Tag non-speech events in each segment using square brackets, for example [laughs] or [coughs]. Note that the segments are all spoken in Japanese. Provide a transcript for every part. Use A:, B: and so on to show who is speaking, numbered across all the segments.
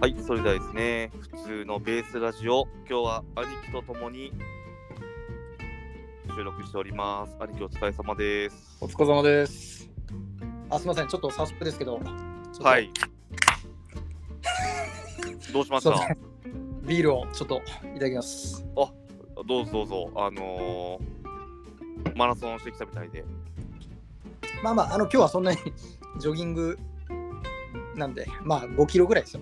A: はい、それではですね、普通のベースラジオ、今日は兄貴と共に収録しております。兄貴お疲れ様です。
B: お疲れ様です。あ、すみません、ちょっと早速ですけど、
A: は。
B: はい
A: どうしました
B: そうでビールをちょっといただきます。
A: どうぞどうぞ、あのーマラソンしてきたみたいで。
B: まあまあ、あの今日はそんなにジョギングなんで、まあ5キロぐらいですよ。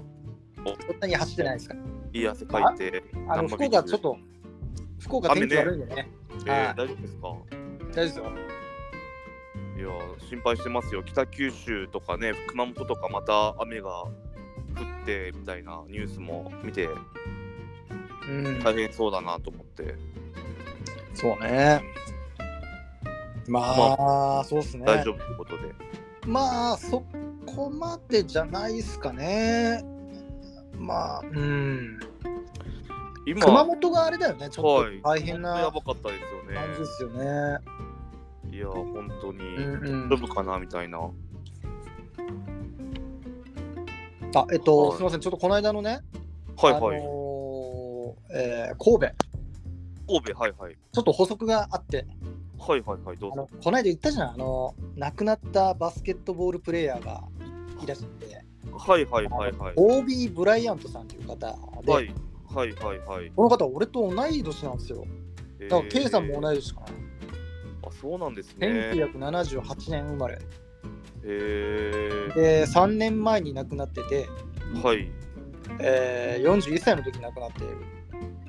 B: そんなに走ってないですから。
A: いい汗かいて、
B: あの
A: 何も
B: 福
A: 見ず
B: 岡ちょっと、福岡天気悪いんでね、
A: えー
B: は
A: 大
B: い
A: 丈夫ですか
B: 大丈夫で
A: いやー、心配してますよ。北九州とかね、熊本とかまた雨が降ってみたいなニュースも見て、
B: すよ。うん、
A: 大変そうだなと思って。
B: そうね。まあ、そうですね。
A: 大丈夫ということで。
B: まあそこまでじゃないですかね。まあ、うん。
A: 今、
B: 熊本があれだよね、ちょっと大
A: 本
B: 変
A: 当や
B: な
A: ばかったですよね。
B: 感じですよね。
A: いや、本当に、
B: うんう
A: 大
B: ん
A: 丈夫かなみたいな。
B: あえっ
A: は
B: と、
A: い
B: すみません、ちょっとこの間のね、
A: はいはい。
B: あのーえー神戸、
A: 神戸、はいはい。
B: ちょっと補足があって、
A: はいはいはい、どう
B: あの
A: ぞ。
B: この間言ったじゃん、あの亡くなったバスケットボールプレーヤーがいいらっしゃって、
A: はいはいはいはい。
B: OB ブライアントさんという方で、
A: はいはいはいはい。
B: この方、俺と同い年なんですよ。
A: え
B: だから、K さんも同
A: い。
B: い年かな。
A: あ、そうなんですね。へ
B: 1978年生まれ
A: え
B: で3年前に亡くなってて、
A: はい。
B: えー41歳の時に亡くなっている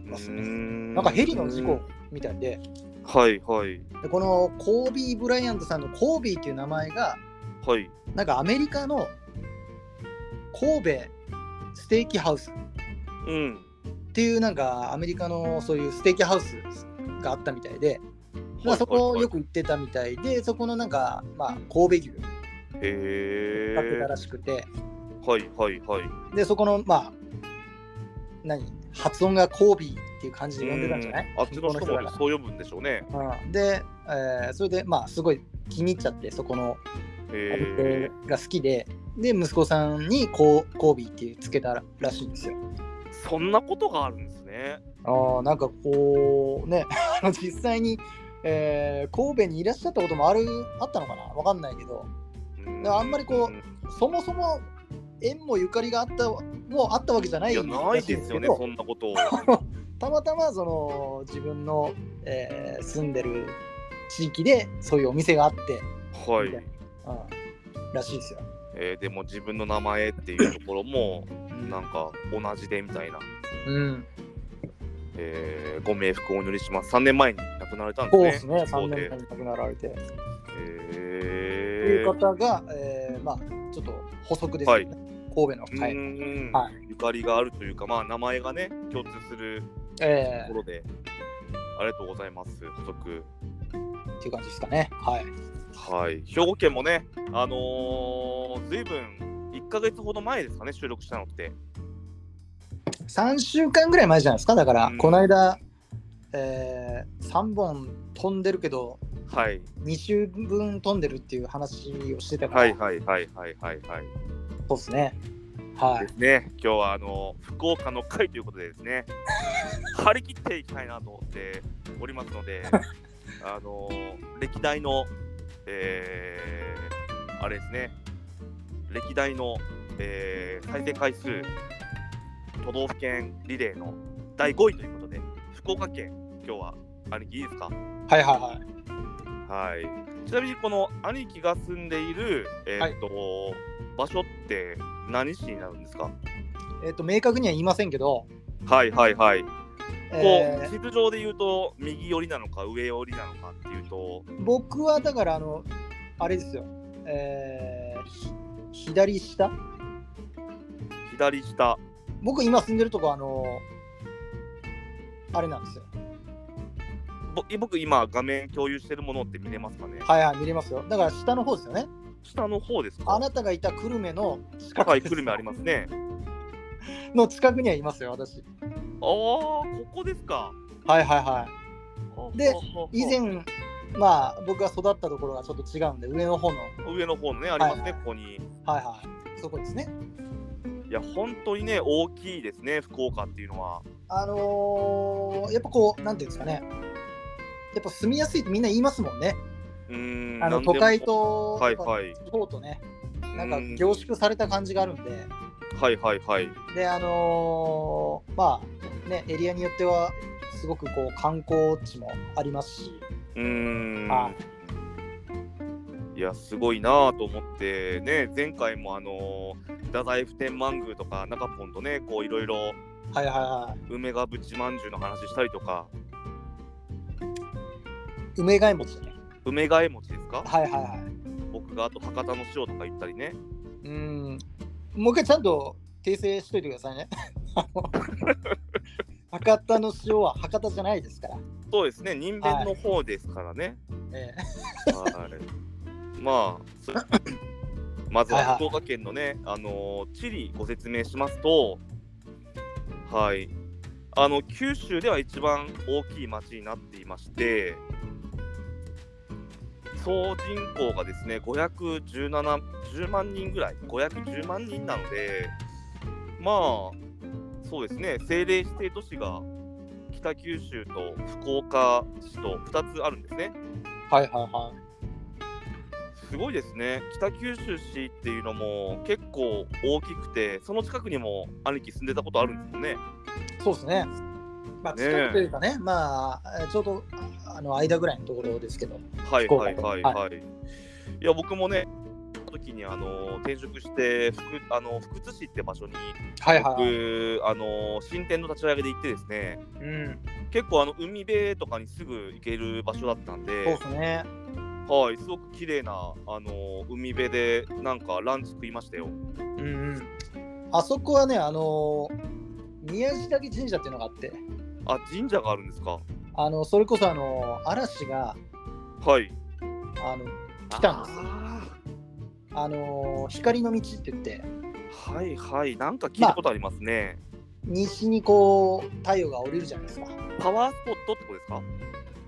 B: ますね
A: な
B: なんかヘリの事故みたいで
A: はいはい
B: でこのコービー・ブライアントさんのコービーっていう名前が
A: はい。
B: なんかアメリカの神戸ステーキハウス
A: うん。
B: っていうなんかアメリカのそういうステーキハウスがあったみたいで、まあ、そこをよ
A: く。
B: く行ってたみたいでそこのなんか、まあ、神戸牛
A: へ
B: 買って
A: え
B: たらしくて
A: はいはいはい。
B: でそこのまあ何発音がコービーっていう感じで呼んでたんじゃな
A: う
B: い
A: んあっちの人
B: 向こう
A: も
B: だか
A: そう呼ぶんでしょうね。
B: らうんで、えーそれでまあすごい気に入っちゃってそこのお
A: へ
B: 店が好きで、で息子さんにこうコービーってつけたらしいんですよ。
A: え。そんなことがあるんですね。
B: ああなんかこうね [laughs] あの実際に、えー神戸にいらっしゃったこともあるあったのかなわかんないけど
A: うん
B: だからあんまりこそもそも縁もゆかりがあったもうあったわけじゃない
A: いやないですよね
B: らしい
A: そん
B: んです
A: な
B: [laughs]
A: ことを
B: けどたまたまその自分の、えー住んでる地域でそういうお店があって、
A: はい
B: みたいなうん、らしいですよ。
A: えーでも自分の名前っていうところも
B: うん
A: なんか同じでみたいな、
B: うん、
A: えーご冥福をお祈りします3年前に亡くなられたんです
B: そう
A: ね
B: ですね、
A: そ
B: 3
A: う
B: 年
A: で
B: 間に亡くなられて。とい
A: え
B: う
A: ー
B: 方が、えーまあ、ちょっと補足ですよね、
A: は
B: 神戸の、は
A: う
B: い
A: ーん
B: は
A: ゆかりがあるというかまあ名前がね共通する
B: え
A: とこ
B: ー
A: ろで、ありがとうございます補足
B: っていう感じですかね。はい、
A: はい兵庫県もねあのー、ずいぶん1か月ほど前ですかね収録したのって
B: 3週間ぐらい前じゃないですか、だから、
A: うん
B: この間、え3本飛んでるけど、
A: はい
B: 2週分飛んでるっていう話をしてたから、
A: はいはいはいはいはいはい
B: そうですね。は
A: で
B: い、
A: すね、今日はあの福岡の会ということでです
B: [laughs]
A: ね、張り切っていきたいなと思っておりますの
B: [laughs]
A: で、あの歴代の、えーあれですね、歴代の、えー再生回数、都道府県リレーの第5位ということで、福岡県、今日は兄貴いいですか
B: はいはいはい。
A: はい。ちなみにこの兄貴が住んでいる、えーっと場所って何市になるんですか
B: えっ、と、明確には言いませんけど、
A: はいはいはい。こう
B: え
A: 地図上で言うと右寄りなのか上寄りなのかっていうと
B: ー僕はだから、あの、あれですよ、えーひ左下
A: 左下
B: 僕今住んでるとこあのあれなんですよ
A: ぼ僕今画面共有してるものって見れますかね
B: はいはい見れますよだから下の方ですよね
A: 下の方ですか
B: あなたがいた久留米の近
A: 高
B: く
A: い久留米ありますね
B: の近くにはいますよ
A: あ
B: 私
A: あここですか
B: はいはいはで
A: ほうほうほう
B: い以前まあ僕が育ったところがちょっと違うんで上の方のはい
A: 上の方のねありますね、ここに
B: はいそこですね
A: いや、本当にね、大きいですね、福岡っていうのは。
B: あのーやっぱこう、なんていうんですかね、やっぱ住みやすいってみんな言いますもんね、
A: うーん
B: あの都会、と、
A: はいはい
B: やっぱ地方とね、
A: な
B: な
A: んでもう
B: か
A: ん
B: 凝縮された感じがあるんで、
A: はいはいはい。
B: で、あのーまあ、ね、エリアによっては、すごくこう観光地もありますし、
A: うーん
B: はい
A: やすごいなぁと思ってね前回もあのー太宰府天満宮とか中ポンとねこういろいろ
B: はいはいは
A: 梅がぶちまんじゅうの話したりとか
B: い、梅貝餅ね。
A: 梅替え餅ですか
B: はいはいはい。
A: 僕があと博多の塩とか言ったりね
B: うーんもう一回ちゃんと訂正しといてください [laughs] ね。あの博多の塩は博多じゃないですから。
A: そうですね人弁の方ですからね、
B: え
A: はい、まあそ
B: [laughs]
A: まず
B: はいは
A: はい福岡県のね、あのー地理ご説明しますとはいあの九州では一番大きい町になっていまして総人口がですね517 10万人ぐらい510万人なのでまあそうですね政令指定都市が北九州と福岡市と2つあるんですね。
B: えはいはいは
A: すごいですね北九州市っていうのも結構大きくてその近くにも兄貴住んでたことあるんですもんね
B: い。そうですね。まあ、
A: ねえ
B: 近くというかね、まあ、えちょうどああの間ぐらいのところですけど。
A: はい
B: 福岡
A: はいはいはい、い、や僕もねその時にあの転職して福あの福津市って場所に
B: はいはい、はい。
A: 僕あの新店の立ち上げで行ってですね
B: うん、
A: 結構あの海辺とかにすぐ行ける場所だったん
B: そうで
A: です
B: ね。
A: はいすごく綺麗なあの海辺でなんかランチ食いましたよ
B: うんうん。あそこはね、あの宮地嶽神社っていうのがあって、
A: あ神社があるんですか
B: あのそれこそあの嵐が
A: はい
B: あの来たんです
A: あー
B: あの光の道って言って、
A: はいはい、なんか聞いたことありますね。
B: 西にこう太陽が降りるじゃないですか。
A: パワースポットってことですか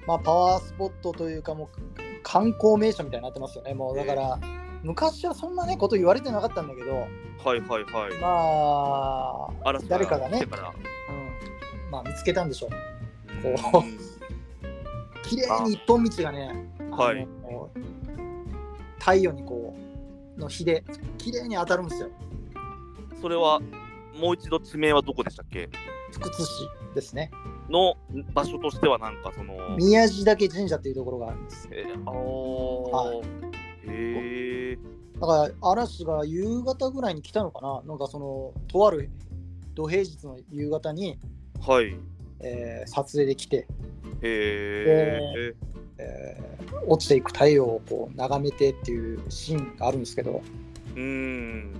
B: まあ、パワースポットというかもう観光名所みたいになってますよねもうだから、昔はそんなねこと言われてなかったんだけど
A: はいはいはい。
B: まあ、
A: 嵐
B: 誰かがね
A: 来てから
B: うん、まあ見つけたんでしょう
A: う
B: こ
A: ん
B: 綺麗に一本道がね
A: はい
B: あの太陽にこうの日で綺麗に当たるんですよ
A: それはもう一度地名はどこでしたっけ
B: 福津市ですね
A: の場所としてはなんかその。
B: 宮地嶽神社っていうところがあるんです
A: えー、あーへえ。
B: だから嵐が夕方ぐらいに来たのかななんかそのとある土平日の夕方に、
A: はい。へ
B: えー撮影で来て
A: え。
B: えー落ちていく太陽をこう眺めてっていうシーンがあるんですけど、
A: うーん。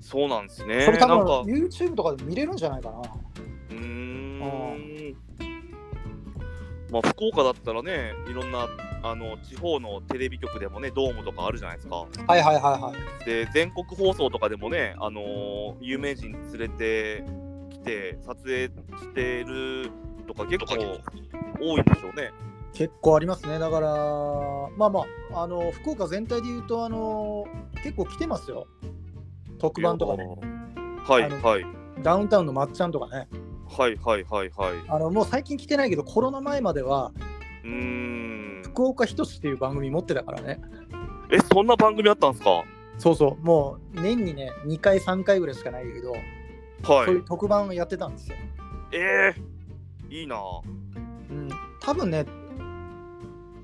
A: そうなんですね。
B: それ多
A: なん
B: 分
A: か。う
B: YouTube とかでも見れるんじゃないかな。
A: ーん。まあ、福岡だったらね、いろんなあの地方のテレビ局でもね、ドームとかあるじゃないですか。
B: はいはいはいはい。
A: で全国放送とかでもね、あのー有名人連れてきて撮影してるとか結構多いでしょうね。
B: 結構ありますね。だから、まあまあ、あの福岡全体で言うと、あの結構来てますよ。特番とかね、
A: はいは
B: あ
A: い
B: の
A: はい
B: ダウンタウンのまっちゃんとかね、
A: はいはいはいはい。う
B: あのもう最近来てないけど、コロナ前までは
A: ーん。
B: 福岡ひとしっていう番組持ってたからね。
A: えそんな番組あったんですか。
B: そうそう、もう年にね、2回、3回ぐらいしかないけど、
A: は
B: そうい。
A: いう
B: 特番をやってたんですよ。
A: えー、いいな。
B: うん、多分ね、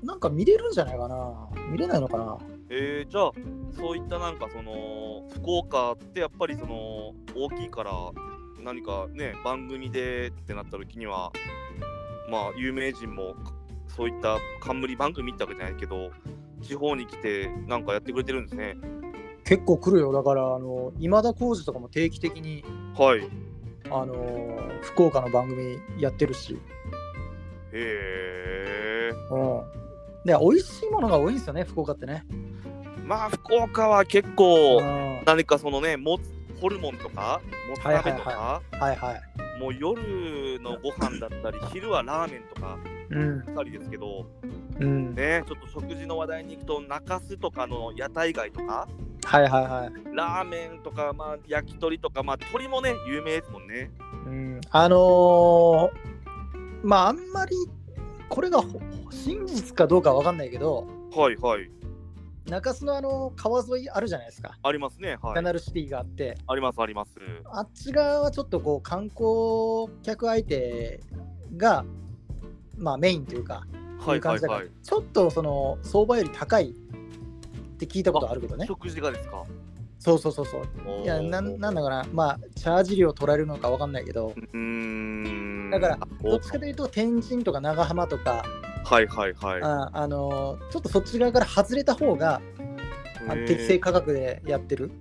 B: なんか見れるんじゃないかな。見れないのかな。
A: えー、じゃあそういったなんかその福岡ってやっぱりその大きいから何かね番組でってなった時にはまあ有名人もそういった冠番組ってわけじゃないけど地方に来てなんかやってくれてるんですね
B: 結構来るよ。だから、あの今田耕司とかも定期的に、
A: はいへ
B: あの福岡の番組やってるし、
A: え
B: うん。で、美味しいものが多いんですよね、福岡ってね。
A: まあ福岡は結
B: うん、
A: 構
B: は
A: 何かそのねもつホルモンとかもつ鍋とか
B: いはい。
A: もう夜のご飯だったり昼はラーメンとか
B: うん。
A: ばっかりですけど
B: うん。
A: ね、ちょっと食事の話題に行くと中洲とかの屋台街とか
B: はいはいはい。
A: ラーメンとか、まあ、焼き鳥とか、まあ、鳥もね、有名ですもんね。
B: うん、あのーまああんまりこれがほ真実かどうかわかんないけど
A: はいはい。
B: 中洲のあの川沿いあるじゃないですか、
A: ありますね。は
B: キャ
A: い。
B: ナルシティがあって
A: ありますあります。
B: あっち側はちょっとこう観光客相手が、まあ、メインというか
A: はいいうは
B: 感
A: い
B: じだから
A: はい。
B: ちょっとその相場より高いって聞いたことあるけどね
A: 食事がですか
B: そうそうそうそういやなんなんだかなまあチャージ料取られるのかわかんないけど
A: うーん。
B: だから、ど
A: お
B: っちかというと天神とか長浜とか
A: はいはいはい。
B: ああのーちょっとそっち側から外れた方があの適正価格でやってるっ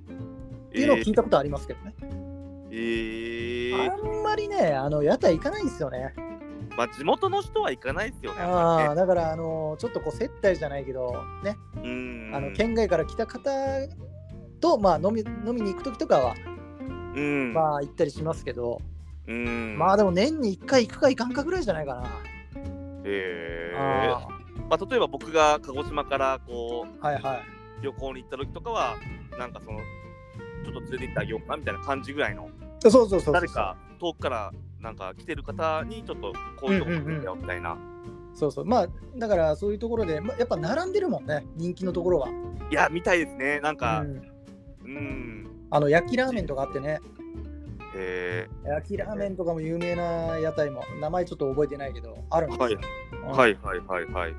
B: ていうのを聞いたことありますけどね、
A: えーえー
B: あんまりねあの屋台行かないんですよね
A: まあ、地元の人は行かないですよね。
B: ああだからあのーちょっとこう接待じゃないけどね
A: あ
B: あの
A: の
B: 県外から来た方と、まあ、飲み飲みに行く時とかは、
A: うん、
B: まあ行ったりしますけど、
A: うん、
B: まあでも年に1回行くか行かんかぐらいじゃないかな、
A: えー
B: あ
A: まあ、例えば僕が鹿児島からこ
B: あはいはいう
A: 旅行に行った時とかはなんかそのちょっと連れて行ってあげようかなみたいな感じぐらいの
B: そうそうそうそう
A: 誰か遠くからなんか来てる方にちょっとこういうとこ行くんだよみたいな、
B: そうそうまあだからそういうところで、まあ、やっぱ並んでるもんね人気のところは、
A: いやみたいですねなんか
B: うん
A: うん、
B: あの焼きラーメンとかあってね、
A: え
B: 焼きラーメンとかも有名な屋台も、名前ちょっと覚えてないけど、あるん
A: ー、
B: で
A: は
B: す
A: い
B: よ。
A: はいはいはいはいね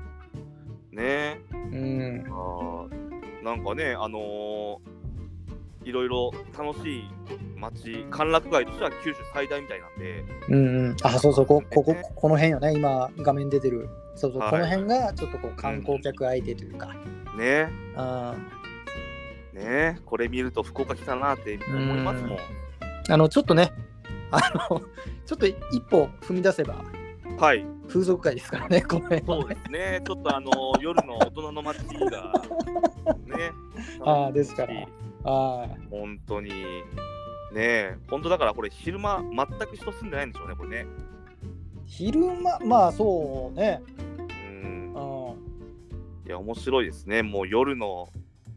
A: え
B: うん。
A: あーなんかね、あのーいろいろ楽しい街、歓楽街としては九州最大みたいなんで、
B: うんうん。あ、そうそう、こここ、この辺よね、今、画面出てる。そうそう、
A: はい
B: この辺がちょっとこう観光客相手というか、
A: ね、
B: あ
A: ね、これ見ると福岡来たなって思いますもん。
B: ーあの、ちょっとね、あの、 [laughs] ちょっと一歩踏み出せば、
A: はい、
B: 風俗界ですからね、この辺は
A: そうですね、ちょっとあのー夜の大人の街が、ね、
B: [laughs] あーですから
A: 楽しい
B: あー
A: 本当に、ね、本当だからこれ、昼間、全く人住んでないんでしょうね、これね。
B: 昼間、まあそうね、
A: うん
B: う、ん、
A: いや、面白いですね、もう夜の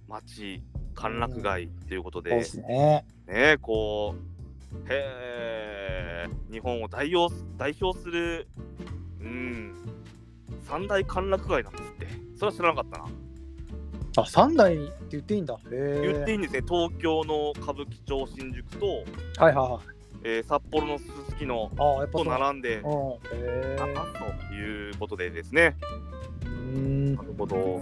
A: 街、歓楽街ということ
B: そう
A: で
B: で。すね。
A: ねえこうへえ日本を代表す代表するうん三大歓楽街なんですってそれは知らなかったな、
B: あ、三台って言っていいんだ。へー
A: 言っていいんですね東京の歌舞伎町新宿と、
B: はいはいはい。
A: えー札幌のすすきの
B: ああ、やっぱ
A: と
B: そうなんだ。
A: 並んで
B: うん。へ
A: 7
B: ー
A: ということでですね
B: うん
A: なるほど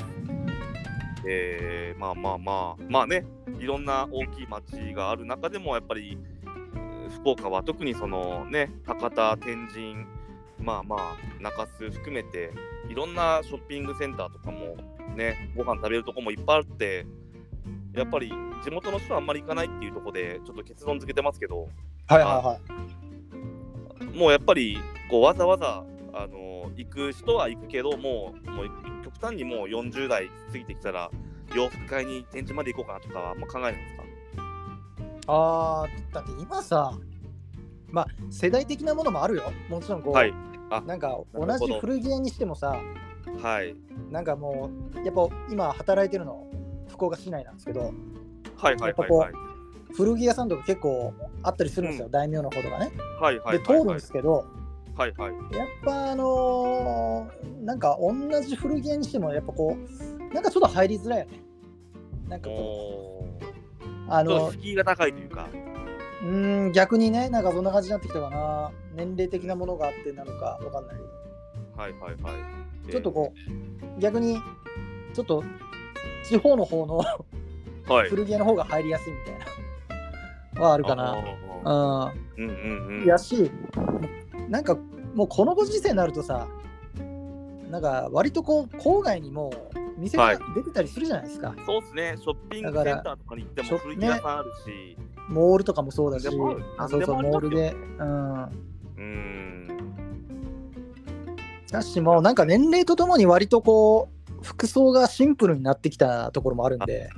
A: えー、まあまあまあまあねいろんな大きい町がある中でもやっぱりえー福岡は特にそのね博多天神まあまあ中洲含めていろんなショッピングセンターとかもねご飯食べるとこもいっぱいあってやっぱり地元の人はあんまり行かないっていうところでちょっと結論付けてますけど
B: はいはいはい。
A: もうやっぱりこうわざわざあの行く人は行くけどもうもう極端にもう40代過ぎてきたら洋服買いに展示まで行こうかなとかはあんま考えないんですか
B: ああ、だって今さ、まあ世代的なものもあるよ。もちろんこう、
A: はい
B: なんか
A: なる
B: 同
A: ほ
B: じ
A: ど
B: 古着屋にしてもさ、
A: はい
B: なんかもう、やっぱ今働いてるの、福岡市内なんですけど、
A: はいはいはいはい
B: 古着屋さんとか結構あったりするんですよ、
A: う
B: 大名の子とかね。
A: はいはいはい
B: で、通るんですけど、
A: はいはい
B: やっぱあのーなんか同じ古着屋にしても、やっぱこう、なんかちょっと入りづらいよね。なんかこ
A: おー
B: う、あ
A: ちょっと
B: の、
A: 敷居が高いというか
B: うーん、逆にね、なんかそんな感じになってきたかな。年齢的なものがあってなのかわかんないけど。
A: はいはいはい
B: ちょっとこう、逆に、ちょっと地方の方の
A: うはい
B: 古着屋の方が入りやすいみたいな、はあるか
A: あ
B: な。
A: ー
B: う
A: うんうんうん
B: ん。やし、なんかもうこのご時世になるとさ、なんか割とこう、郊外にもう店
A: は
B: が
A: い
B: 出てたりするじゃないですか。
A: そうですねショッピングセンターとかに行って
B: だ
A: も
B: から
A: 古着屋さんあるし、
B: モールとかもそうだし、
A: でもある
B: あそうそう、
A: 何でも
B: モ
A: あ
B: ール
A: り
B: で。
A: ま
B: うん。
A: うーん
B: だし、もうなんか年齢とともに割とこう、服装がシンプルになってきたところもあるんで、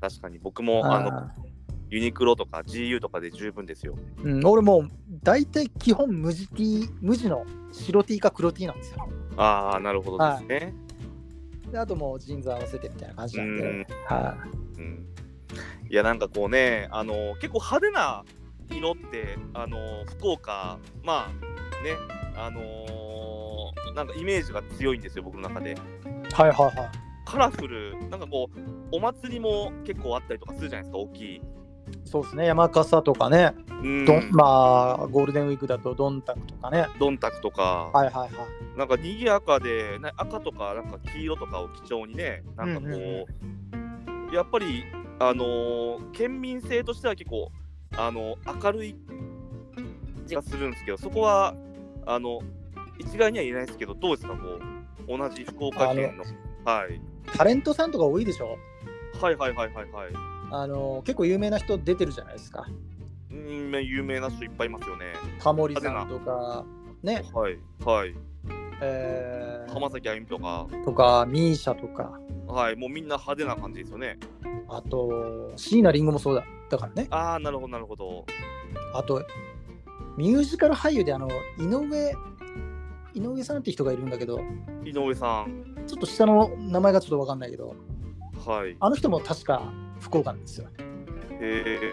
A: 確かに僕もあの
B: あー
A: ユニクロとか GU とかで十分ですよ。
B: うん、俺もう大体基本無地 T 無地の白 T か黒 T なんですよ。
A: ああ、なるほどですね。
B: であともうジーンズ合わせてみたいな感じ
A: う
B: なんで。
A: ん
B: は
A: うんいやなんかこうねあの結構派手な色ってあの福岡まあねあのなんかイメージが強いんですよ僕の中で
B: はいはいはい。
A: カラフルなんかこうお祭りも結構あったりとかするじゃないですか大きい、
B: そうですね、山笠とかね、
A: うん、
B: どんまあ、ゴールデンウィークだとどんたくとかね。
A: どんたくとか、
B: はいはいはい。
A: なんか賑やかでな赤とかなんか黄色とかを基調にねなんかこう、
B: うんう
A: やっぱりあのー県民性としては結構あの明るい気がするんですけどそこはあの一概には言えないですけどどうですかこう同じ福岡県の、はい、
B: タレントさんとか多いでしょ
A: はいはいはいはいはい
B: あの結構有名な人出てるじゃないですか。
A: うん有名な人いっぱいいますよね
B: タモリさんとか、ね、
A: はいはい
B: えー
A: 浜崎あゆみとか
B: とか、ミーシャとか、
A: はいもうみんな派手な感じですよね
B: あと、椎名林檎もそうだだからね。
A: ああなるほどなるほど
B: あと、ミュージカル俳優で、あの、井上、井上さんって人がいるんだけど、
A: 井上さん
B: ちょっと下の名前がちょっとわかんないけど、
A: はい
B: あの人も確か福岡なんですよ。
A: え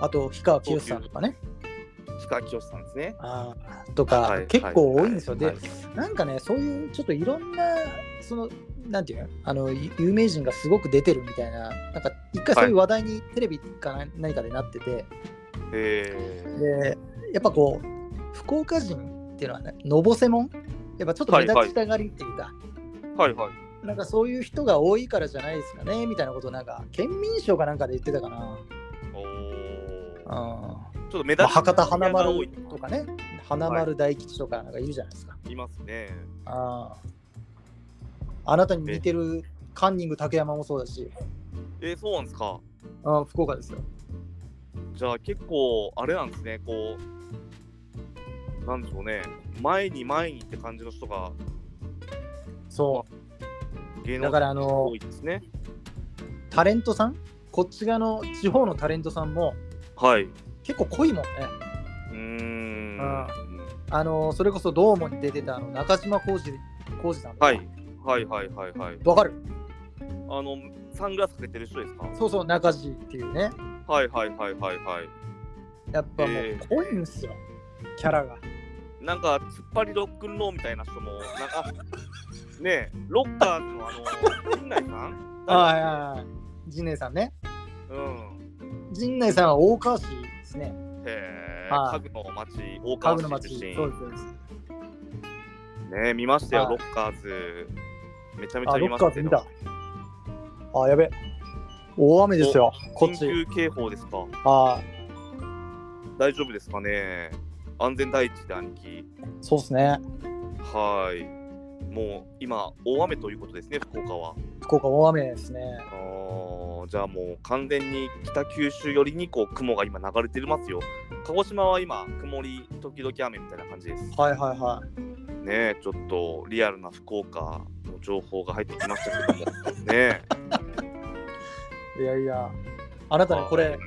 B: あと、氷川きよしさんとかね。
A: ー、氷川きよしさんですね。
B: あーとか、
A: はい
B: 結構多いんですよ。
A: はい
B: で、なんかね、そういうちょっといろんな、その、なんていうのあの、ゆ有名人がすごく出てるみたいな、なんか、一回そういう話題にテレビかな何かでなってて、
A: えー、
B: で、やっぱこう、福岡人っていうのはね、のぼせもん、やっぱちょっと目立ちたがりっていうか、
A: はいはい。
B: なんかそういう人が多いからじゃないですかね、みたいなことをなんか、県民賞かなんかで言ってたかな。
A: おー
B: うんま
A: ちょっと目立
B: あ、
A: つ
B: 博多華
A: が多
B: 丸
A: い
B: とかね、花丸大吉とかなんかいるじゃないですか。
A: いますね。
B: あああなたに似てるカンニング竹山もそうだし、
A: えー、そうなんですか。
B: あ福岡ですよ。
A: じゃあ結構あれなんですね。こうなんでしょうね。前に前にって感じの人が
B: そ
A: 芸
B: う。
A: 能
B: だから、あ
A: 人
B: の
A: 多、いですね。
B: タレントさん、こっち側の地方のタレントさんも
A: はい。う
B: 結構濃いもんね。
A: ーん。
B: あ
A: は
B: あの、それこそドームに出てたあの中島浩二浩二さんとか。
A: い。はいはいはいはい。
B: わかる
A: あのサングラスかけてる人ですか。
B: そうそう、中地っていうね。
A: はいはいはいはいはい。
B: やっぱも
A: え
B: う濃いんですよ、キャラが。
A: なんか、突っ張りロックンローみたいな人も、なん
B: [laughs]
A: か、ねえ、ロッカーズのあの、陣内さん
B: はいはいはい。陣内さんね。
A: うん。
B: 陣内さんは大川市ですね。
A: へえ、
B: はい
A: 家具の町、大
B: 家具の
A: 川市
B: 町。
A: 出身。
B: そうですそうです。
A: ねえ、見ましたよ、
B: はい
A: ロッカーズ。めちゃめち
B: あ、
A: ゃ
B: ロ
A: 見ま
B: ッカ
A: し
B: ー
A: た
B: ズ
A: よ。
B: 見た。あ、やべ。大雨ですよ。こっ
A: 緊急
B: ち。
A: 警報ですか
B: あ
A: 大丈夫ですかね安全第一で兄貴。
B: そうですね。
A: はい。もう今、大雨ということですね、福岡は。
B: 福岡大雨ですね。
A: あーじゃあもう完全に北九州寄りにこう雲が今流れてますよ。鹿児島は今曇り時々雨みたいな感じです。ね
B: はいはいは
A: えちょっとリアルな福岡の情報が入ってきましたけども。
B: [laughs]
A: ねえ。
B: い。いやいや。あなたね、こ
A: は
B: れ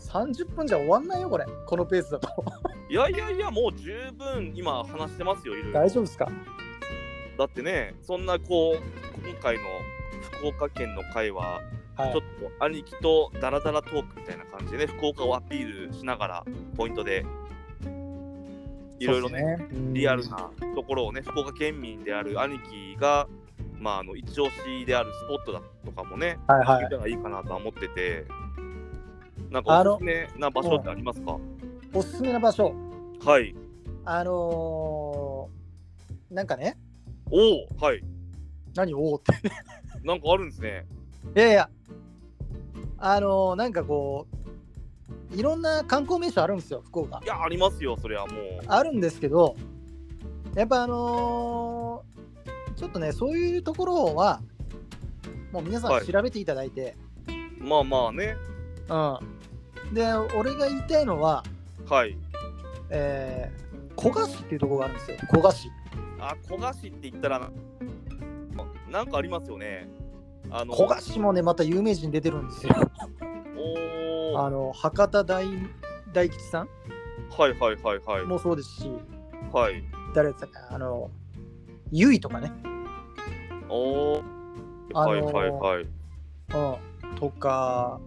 B: 30分じゃ終わんないよ、これ。このペースだと。
A: いいやいやいやもう十分今話してますよいろいろ
B: 大。丈夫ですか
A: だってねそんなこう今回の福岡県の会は
B: は
A: ちょ
B: い
A: っ。と兄貴とダラダラトークみたいな感じでね福岡をアピールしながらポイントでいろいろね
B: そうっすね
A: リアル。なところをね、福岡県民である兄貴が、まあ、あの一押しであるスポットだとかもね、
B: うんはいは
A: 見
B: い。
A: たらいいかなとは思ってて、なんかおすすめな場所ってありますか
B: おすすめな場所。
A: はい。
B: あのー、なんかね、
A: おお、はい。
B: 何をおーって。
A: なんかあるんですね。
B: いやいや。あのー、なんかこう、いろんな観光名所あるんですよ、福岡
A: い。や、ありますよ、それはもう。
B: あるんですけど、やっぱあのーちょっとね、そういうところは、もう皆さ
A: は
B: ん
A: い
B: 調べていただいて、
A: まあまあね、
B: うん。で、俺が言いたいのは、
A: はい。
B: えー、古賀市っていうところがあるんですよ、古賀市。
A: あ、古賀市って言ったら、なんかありますよね。あの、
B: 古賀市もね、また有名人出てるんですよ。
A: おお、
B: あ
A: はい
B: の博多大大吉さん
A: はいはいはい。
B: もそうですし、
A: はい。
B: 誰だったかな、あの、ゆいとかね、
A: おお、
B: あの
A: はい
B: ー
A: はいはい。
B: うん、とか、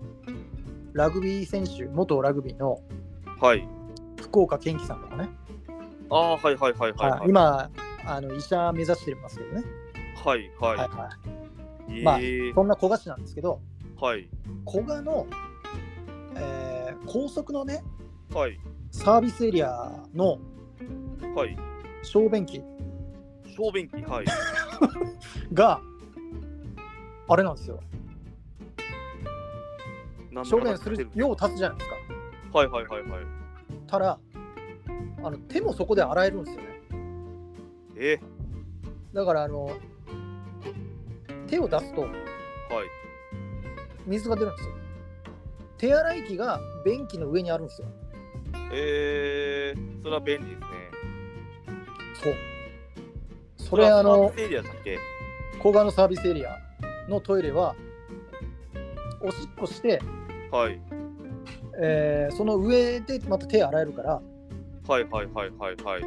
B: ラグビー選手、元ラグビーの
A: はい。
B: 福岡堅樹さんとかね、
A: ああ、はいはいはいはい、
B: はい
A: はい。
B: 今あの、医者目指してますけどね、
A: はいはい。
B: はいはい、まあ
A: ええ
B: そんな古賀市なんですけど、
A: はい
B: 古賀の、えー高速のね、
A: はい
B: サービスエリアの
A: はい。
B: 小便器
A: 小便器
B: [laughs]
A: はい。
B: が、あれなんですよ、
A: なん
B: 小
A: とか
B: 便
A: な
B: す
A: くなって
B: る用を足すじゃないですか。
A: はいはいはいはい。
B: たらあの手もそこで洗えるんですよね
A: え
B: だからあの手を出すと
A: ー、はい。
B: 水が出るんですよ手洗い機が便器の上にあるんですよ
A: えー、それは便利ですね。
B: そうそれ
A: サ
B: あ
A: ー
B: の
A: ビスエリアだっけ
B: 小川のサービスエリアのトイレはおしっこして、
A: はい
B: えーその上でまた手洗えるから
A: はいはいはいはいはい。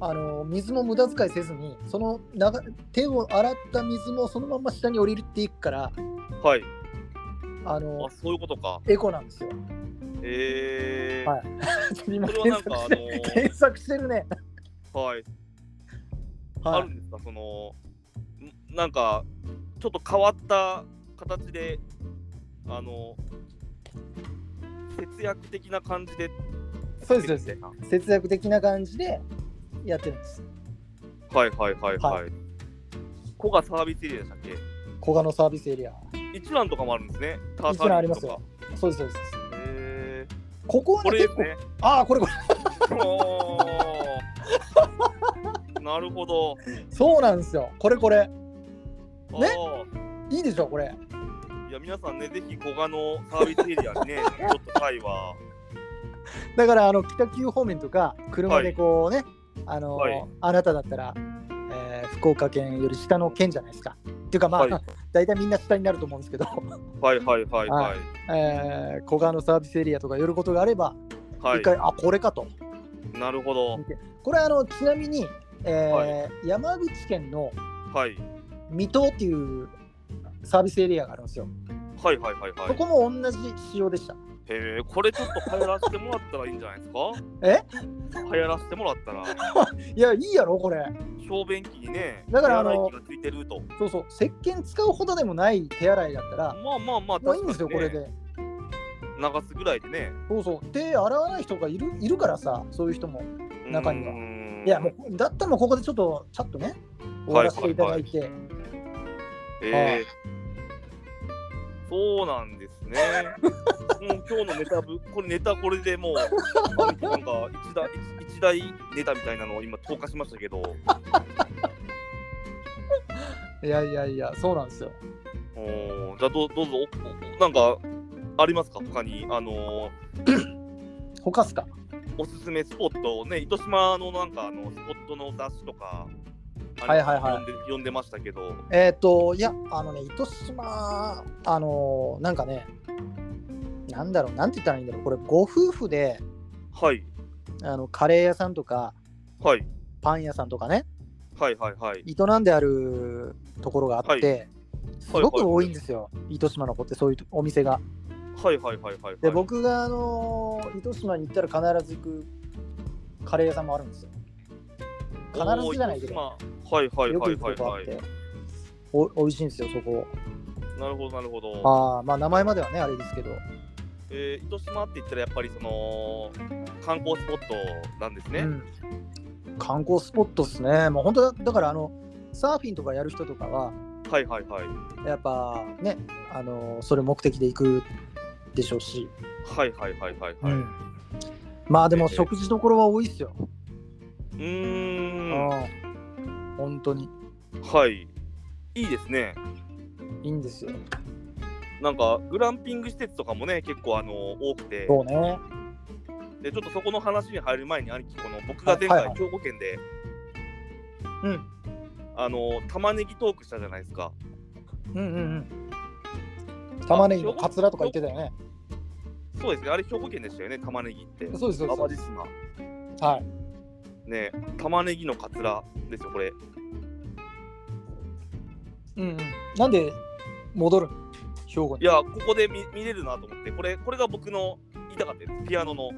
B: あの水も無駄遣いせずにその流手を洗った水もそのまま下に降りっていくから
A: はい。
B: あ
A: あ
B: の
A: そういうことか。
B: エコなんですよ。
A: えー、
B: はい今
A: それはなん
B: 検
A: か
B: [laughs] 索し
A: あの
B: て検索してるね。
A: ー、はい。あ
B: は
A: るんですかそのんなんかちょっと変わった形であの節約的な感じで
B: い、そうですそうで
A: は
B: す。節約的な感じでやってるんです。
A: いはいはいは。
B: はい
A: ここがサービスエリアでしたっけ
B: 小賀のサービスエリア。
A: 一覧とかもあるんですね。ター
B: 一
A: サー
B: 覧あ
A: リ
B: り
A: ン
B: ま
A: と
B: す
A: か
B: よ。。そうですそうです。
A: えー、
B: ここはね
A: これで
B: 結
A: す
B: 構、
A: ね。
B: ああこれこれ
A: お
B: [laughs]
A: ーなるほど。
B: そうなんですよ。これこれ
A: あ
B: ね
A: ー
B: いいでしょこれ。
A: いや皆さんね、ぜひ古賀のサービスエリアにね、ちょっと会は。
B: だからあの北九方面とか車でこうね、あの、
A: はい
B: あなただったら。えー福岡県より下の県じゃないですか。っていうかまあ、
A: はい
B: [laughs] 大体みんな下になると思うんですけど、 [laughs]
A: はいはいはいはい。
B: えー、小川のサービスエリアとか寄ることがあれば、
A: は
B: 一回
A: い、
B: あこれかと
A: なるほど。
B: これあのちなみに、えー
A: は
B: 山口県の
A: はい。
B: 水戸っていうサービスエリアがあるんですよ。
A: はいはいはいは
B: そ
A: い。
B: こも同じ仕様でした。
A: へえ、これちょっと流行らせてもらったらいいんじゃないですか
B: え
A: 流行らせてもらったら、
B: いやいいやろこれ。
A: 小便器にね、
B: だからあの
A: 手洗い機がついてると。
B: そうそう石鹸使うほどでもない手洗いだったら、
A: まあまあまあ、
B: まあいいんですよ、こ
A: 確か
B: れ
A: にね
B: で。
A: 流すぐらいでね。
B: そうそう手洗わない人がいるいるからさそういう人も。中には
A: うーん
B: いやもうだったらもうここでちょっとチャットね終わらせていただいて、は
A: えーそうなんです
B: [laughs]
A: ね。もう今日のネタぶ、これネタこれでもう、なんか一大一一大ネタみたいなのを今投下しましたけど、
B: いやいやいやそうなんですよ。
A: おーじゃあどうどうぞ、おおなんかありますか、他に、あのー
B: ほかすか。
A: おすすめスポットをね、糸島のなんかあのスポットの雑誌とか、
B: はいはいはい
A: 読んで読んでましたけど、
B: えっ、と、いや、あのね、糸島、あのーなんかね、なんだろう、なんて言ったらいいんだろう、これ、ご夫婦で
A: はい、
B: あのカレー屋さんとか、
A: はい、
B: パン屋さんとかね、
A: はいはいはい。
B: 営んであるところがあって、
A: はい
B: すごく多いんですよ、糸島の子って、そういうお店が。
A: はいはいはいはい、はい。
B: で、僕が、あのー糸島に行ったら必ず行くカレー屋さんもあるんですよ。必ずじゃないけど、
A: おー糸島はいはい
B: よ
A: は
B: く
A: い
B: 行く
A: はい
B: とこ
A: は
B: あっ
A: い
B: て。。お美味しいんですよ、そこ。
A: なるほどなるほど。
B: あーまあ、名前まではね、あれですけど。
A: えー、糸島って言ったらやっぱりその観光スポットなんですね。
B: うん、観光スポットですね、もう本当だだからあのサーフィンとかやる人とかは、
A: はいはいはい。
B: やっぱね、あのそれ目的で行くでしょうし、
A: はいはいはいはいはい。
B: う
A: うん
B: まあで
A: え
B: も
A: え
B: 食事どころは多いですよ、
A: ーん
B: うん本当に
A: はい。いいですね。
B: いいんですよ。
A: なんかグランピング施設とかもね結構あの多くて
B: そうね、
A: でちょっとそこの話に入る前に兄貴この僕が前
B: はいはい
A: 回
B: は
A: 兵
B: い
A: 庫県で、
B: うん
A: あの玉ねぎトークしたじゃないですか
B: うんうんうん。玉ねぎのカツラとか言ってたよね。
A: そうですねあれ兵庫県でしたよね玉ねぎって
B: そうです、そう
A: 淡
B: で
A: 路
B: す。
A: 島
B: はい。
A: ね玉ねぎのカツラですよこれ
B: うんうん。なんで戻るの兵兵庫
A: い
B: に。
A: やここで見見れるなと思ってこれこれが僕の言いたかったやつピアノの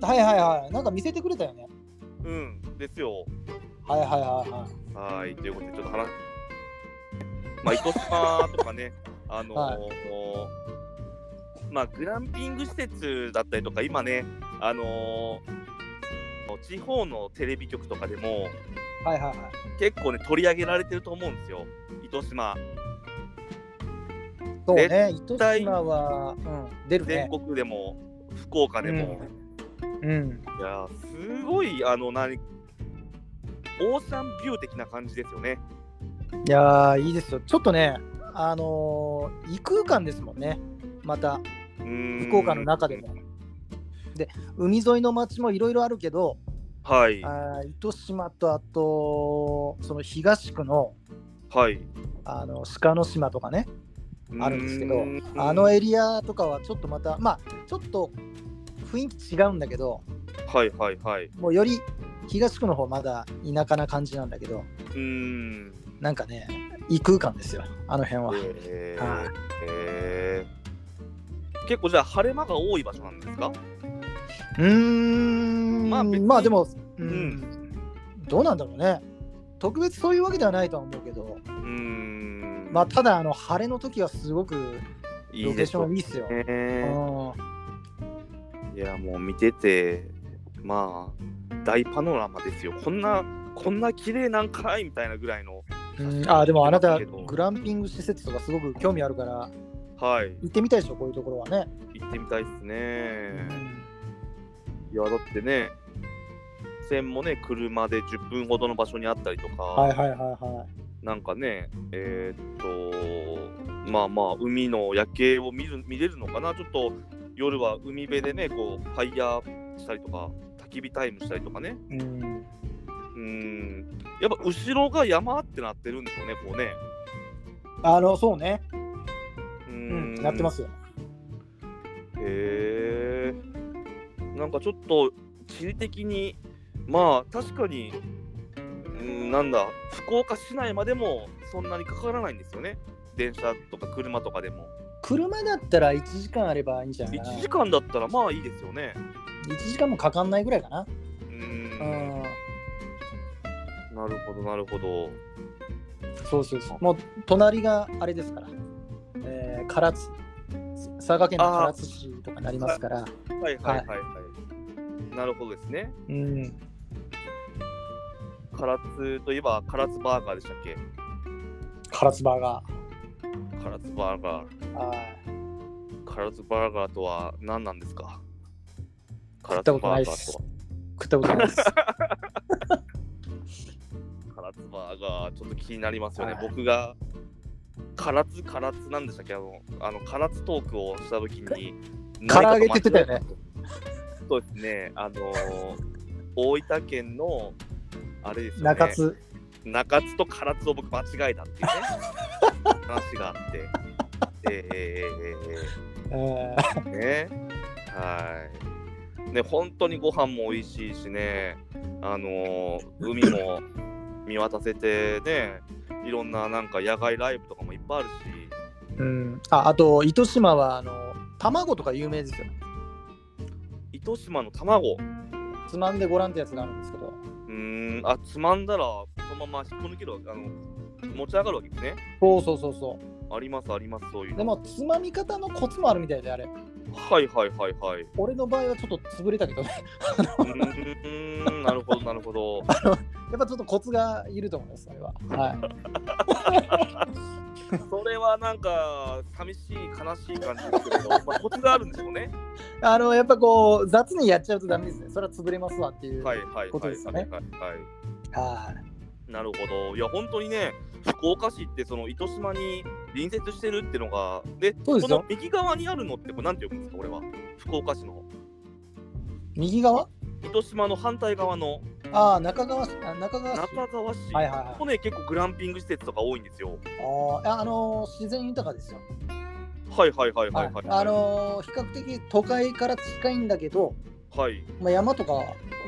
B: はいはいはい。なんか見せてくれたよね。
A: うんですよ
B: はいはいはいはい。
A: はーいということでちょっと話まあ糸島とか
B: [laughs]
A: ねあのー
B: はい
A: まあグランピング施設だったりとか今ねあのー地方のテレビ局とかでも
B: はいはいはい。
A: 結構ね取り上げられてると思うんですよ糸島
B: そうね。
A: 絶
B: 糸
A: 対
B: 島は、うん、出る
A: 全
B: ね。
A: 国でも福岡でも、
B: うん。
A: いやーすごいあの何オーシャンビュー的な感じですよね
B: いやー、いいですよ。ちょっとね、あのー異空間ですもんね。また、
A: うーん
B: 福岡の中でも。で、海沿いの町もいろいろあるけど、
A: はい
B: あー糸島とあと、その東区の
A: はい
B: あの鹿の島とかね、あるんですけど
A: うーん
B: あのエリアとかはちょっとまた、まあ、ちょっと雰囲気違うんだけど、
A: はいはいはい
B: もうより東区の方まだ田舎な感じなんだけど、
A: うーん
B: なんかね、異空間ですよ、あの辺は。
A: え
B: は
A: ーえー結構じゃあ晴れ間が多い場所なんですか
B: うーん、
A: ま
B: ま
A: あ
B: あ、
A: 別に
B: でも、うん、どうなんだろうね。特別そういうわけではないとは思うけど、
A: うーん
B: まあ、ただあの晴れの時はすごく
A: い
B: ロ
A: い
B: ケー
A: で
B: シ
A: し
B: ョ
A: ょ
B: ンいいっすよ。
A: ね
B: うん
A: いやもう見ててまあ大パノラマですよこんなこんな綺麗なんかいみたいなぐらいの
B: うん、あでもあなた
A: けど
B: グランピング施設とかすごく興味あるから
A: はい
B: 行ってみたいでしょこういうところはね。
A: 行ってみたいっすね
B: うん
A: いやだってね線もね車で10分ほどの場所にあったりとか、
B: はいはいはいは
A: なんかねえーっとまあまあ海の夜景を見る見れるのかなちょっと夜は海辺でねこうファイヤーしたりとか焚き火タイムしたりとかね
B: い。うん、
A: うんやっぱ後ろが山ってなってるんでしょうねこうね
B: あのそうね、
A: う
B: うん、なってますよ。
A: へえなんかちょっと地理的にまあ確かに、うん、なんだ福岡市内までもそんなにかからないんですよね電車とか車とかでも
B: 車だったら1時間あればいいんじゃないかな
A: 1時間だったらまあいいですよね
B: 1時間もかかんないぐらいかな。
A: う
B: うんん、
A: なるほどなるほど
B: そうそうそう。もう隣があれですから、えー、唐津佐賀県の唐津市とかになりますから、
A: はいはいはいはい、なるほどですね
B: うん、
A: 唐津といえば唐津バーガーでしたっけ
B: 唐津バーガ
A: 唐津バーガー
B: ー。はい
A: 唐津バーガーとは何なんですか
B: 食ったことないっす食ったことな
A: [laughs]
B: いです。
A: 唐津バーガーちょっと気になりますよね、
B: はい
A: 僕が唐津唐津なんでしたっけあのあの唐津トークをした時に
B: 唐揚げって言ってたよね
A: そうですねあのー大分県のあれですよね
B: 中津。
A: 中津と唐津を僕間違えたっていう
B: [laughs]
A: ね話があってええ
B: え
A: えー、ねはいね本当にご飯も美味しいしねあのー海
B: [laughs]
A: も見渡せてねいろんななんか野外ライブとかもいっぱいあるし
B: ーうん、ああと糸島はあの卵とか有名ですよ。
A: 糸島の卵
B: つまんでごらんってやつがあるんですけど
A: うーんあつまんだらそのまま引っこ抜けるわけあの持ち上がるわけですね
B: そうそうそうそ
A: ありますありますそういうう
B: でもつまみ方のコツもあるみたいであれ
A: はいはいはいはいう
B: 俺の場合はちょっと潰れたけどね [laughs]
A: ーんなるほどなるほど
B: やっぱちょっとコツがいると思いますそれははい
A: それはなんか寂しい悲しい感じですけど、まあ、コツがあるんでしょうね。
B: あのやっぱこう雑にやっちゃうとダメですねそれは潰れますわっていう
A: はい
B: い、
A: はい
B: こ
A: は
B: と
A: い
B: です
A: は
B: よ
A: い
B: ね
A: はい、はい。
B: はい
A: なるほど。いや本当にね福岡市ってその糸島に隣接してるってのがで
B: そうですよ
A: この右側にあるのってこれなんて呼ぶんですかこれは福岡市の
B: 右側
A: 糸島の反対側の
B: ああ中川市あ中川市
A: 中川市。
B: はいはいはい
A: ここね結構グランピング施設とか多いんですよ。
B: あーああのー自然豊かですよ、
A: はいはいはいはいはい。
B: あのー比較的都会から近いんだけど、
A: はい。
B: まあ、山とか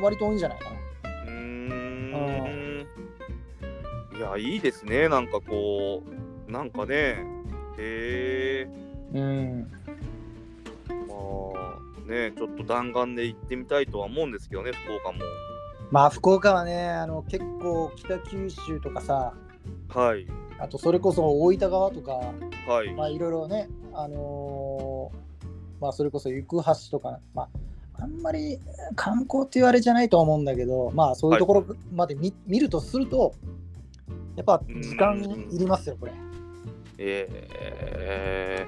B: 割と多いんじゃないかな
A: うーんいやいいですねなんかこうなんかねへえ
B: うん。
A: あねちょっと弾丸で行ってみたいとは思うんですけどね福岡も
B: まあ、福岡はね、あの結構北九州とかさ、
A: はい
B: あとそれこそ大分側とか、
A: はい
B: まあ、いろいろね、あのーまあ、それこそ行橋とか、まあ、あんまり観光って言われじゃないとは思うんだけど、まあ、そういうところまで見,、見るとすると、やっぱ時間いりますよ、これ。
A: え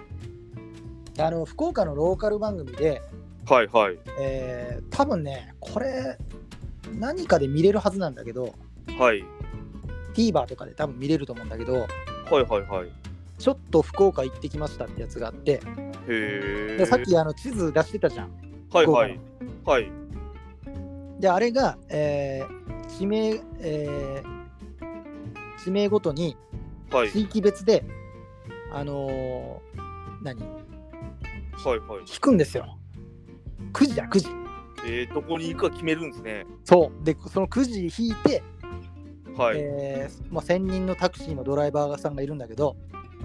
B: あの福岡のローカル番組で、
A: ー、はいはい
B: えー多分ね、これ、何かで見れるはずなんだけど、
A: はい
B: TVer とかで多分見れると思うんだけど、
A: はいはいはい
B: ちょっと福岡行ってきましたってやつがあって、
A: へえ
B: でさっきあの地図出してたじゃん。
A: はいは
B: 福
A: いはい
B: であれが、えー地名、えー地名ごとに
A: はい
B: 地域別で、あのー何
A: はいはい
B: 引くんですよ9時だ9時
A: えー、どこに行くか決めるんですね
B: そうでその9時引いて、
A: はい、
B: えーまあ、専任のタクシーのドライバーさんがいるんだけど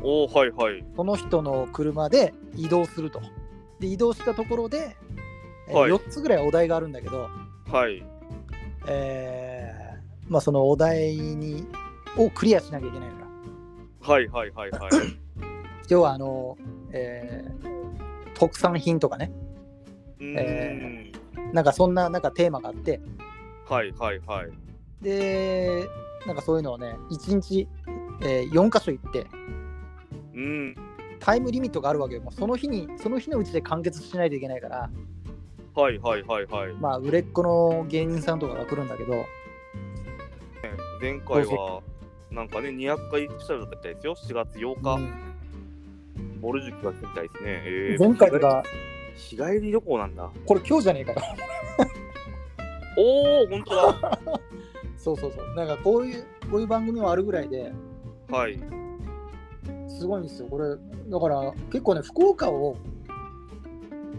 A: おーはいはい
B: その人の車で移動するとで移動したところで、えー
A: はい
B: 4つぐらいお題があるんだけど、
A: はい
B: えーまあ、そのお題にをクリアしなきゃいけないから
A: はいはいはい
B: [coughs]
A: はい
B: 要はあの、えー特産品とかね
A: うーん、
B: えなんかそんななんかテーマがあって
A: はいはいはい
B: でなんかそういうのをね1日、え4箇所行って
A: うん
B: タイムリミットがあるわけよもうその日にその日のうちで完結しないといけないから
A: はいはいはいはい
B: まあ売れっ子の芸人さんとかが来るんだけど
A: 前回はなんかね200回スペシャルだったみたいですよ4月8日、ボルジュキが来てみたいですね、えー
B: 前回とか
A: 日帰り日帰り旅行なんだ
B: これ今日じゃねえかな
A: おお本当だ
B: [laughs] そうそうそうなんかこういうこういう番組もあるぐらいで
A: はい
B: すごいんですよこれだから結構ね福岡を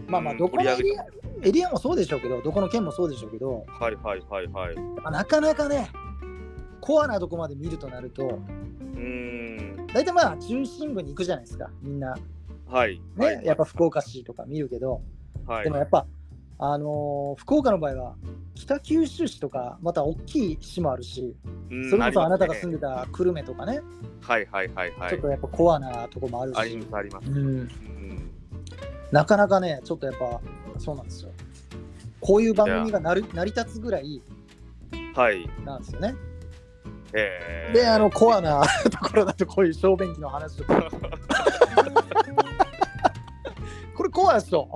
B: まあまあ
A: うん
B: どこのエ
A: 取り
B: リア,、エリアもそうでしょうけどどこの県もそうでしょうけど
A: はいはいはいはい
B: やっぱなかなかねコアなとこまで見るとなると
A: うーん
B: 大体まあ中心部に行くじゃないですかみんなね、
A: はいはい
B: やっぱ福岡市とか見るけど、
A: はい
B: でもやっぱあのー福岡の場合は北九州市とかまた大きい市もあるし
A: うん
B: それこそあなた
A: りま
B: が
A: す
B: 住ん
A: ね
B: でた久留米とかね
A: はいはいはいは
B: ちょっ
A: い
B: とやっぱコアなとこもある
A: あり
B: し、
A: ますあります
B: うん、
A: うん
B: なかなかねちょっとやっぱそうなんですよこういう番組がなる成り立つぐらい
A: はい
B: なんですよね。
A: えー、
B: で、あのコアな [laughs] ところだと、こういう小便器の話
A: [laughs]
B: とか。これコアでしょ。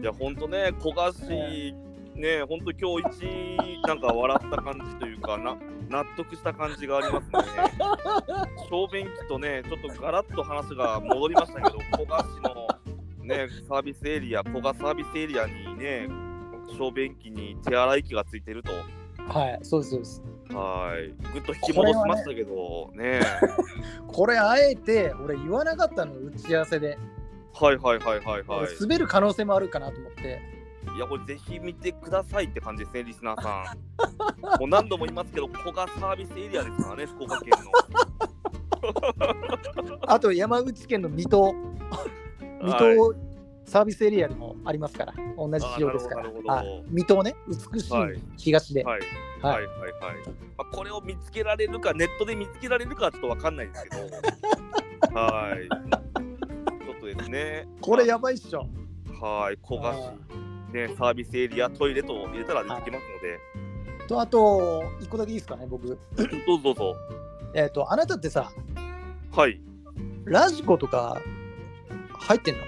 A: いや本当ね焦がしね本当今日一なんか笑った感じというかな納得した感じがありますね小便器とねちょっとガラッと話が戻りましたけど焦がしのねサービスエリア焦がサービスエリアにね小便器に手洗い器がついてると
B: はい、そうです、そうです。
A: はいぐっと引き戻しましたけど [laughs] ね
B: これ、あえて、俺言わなかったの、打ち合わせで。
A: はいはいはいはいはい
B: 俺滑る可能性もあるかなと思って。
A: いや、これぜひ見てくださいって感じですね、リスナーさ [laughs] ん。もう何度も言いますけど、ここがサービスエリアですからね、福岡県
B: あと、山口県の水戸、
A: の。
B: 水戸サービスエリアでもありますから、同じ仕様ですか
A: あな
B: ら。
A: るほどな
B: は
A: るほど
B: い、水戸ね、美しい
A: はい
B: 東で。
A: はい、はい、はい、はい、はい。まあ、これを見つけられるか、ネットで見つけられるかはちょっとわかんないですけど。はい。ちょっとですね。
B: これやばいっしょ。
A: はい、古賀市。ね、サービスエリア、トイレと入れたら出てきます
B: と、あと、一個だけいいですかね、僕。
A: ので。どうぞどうぞ。
B: えっ、と、あなたってさ、
A: はい。
B: ラジコとか入ってんの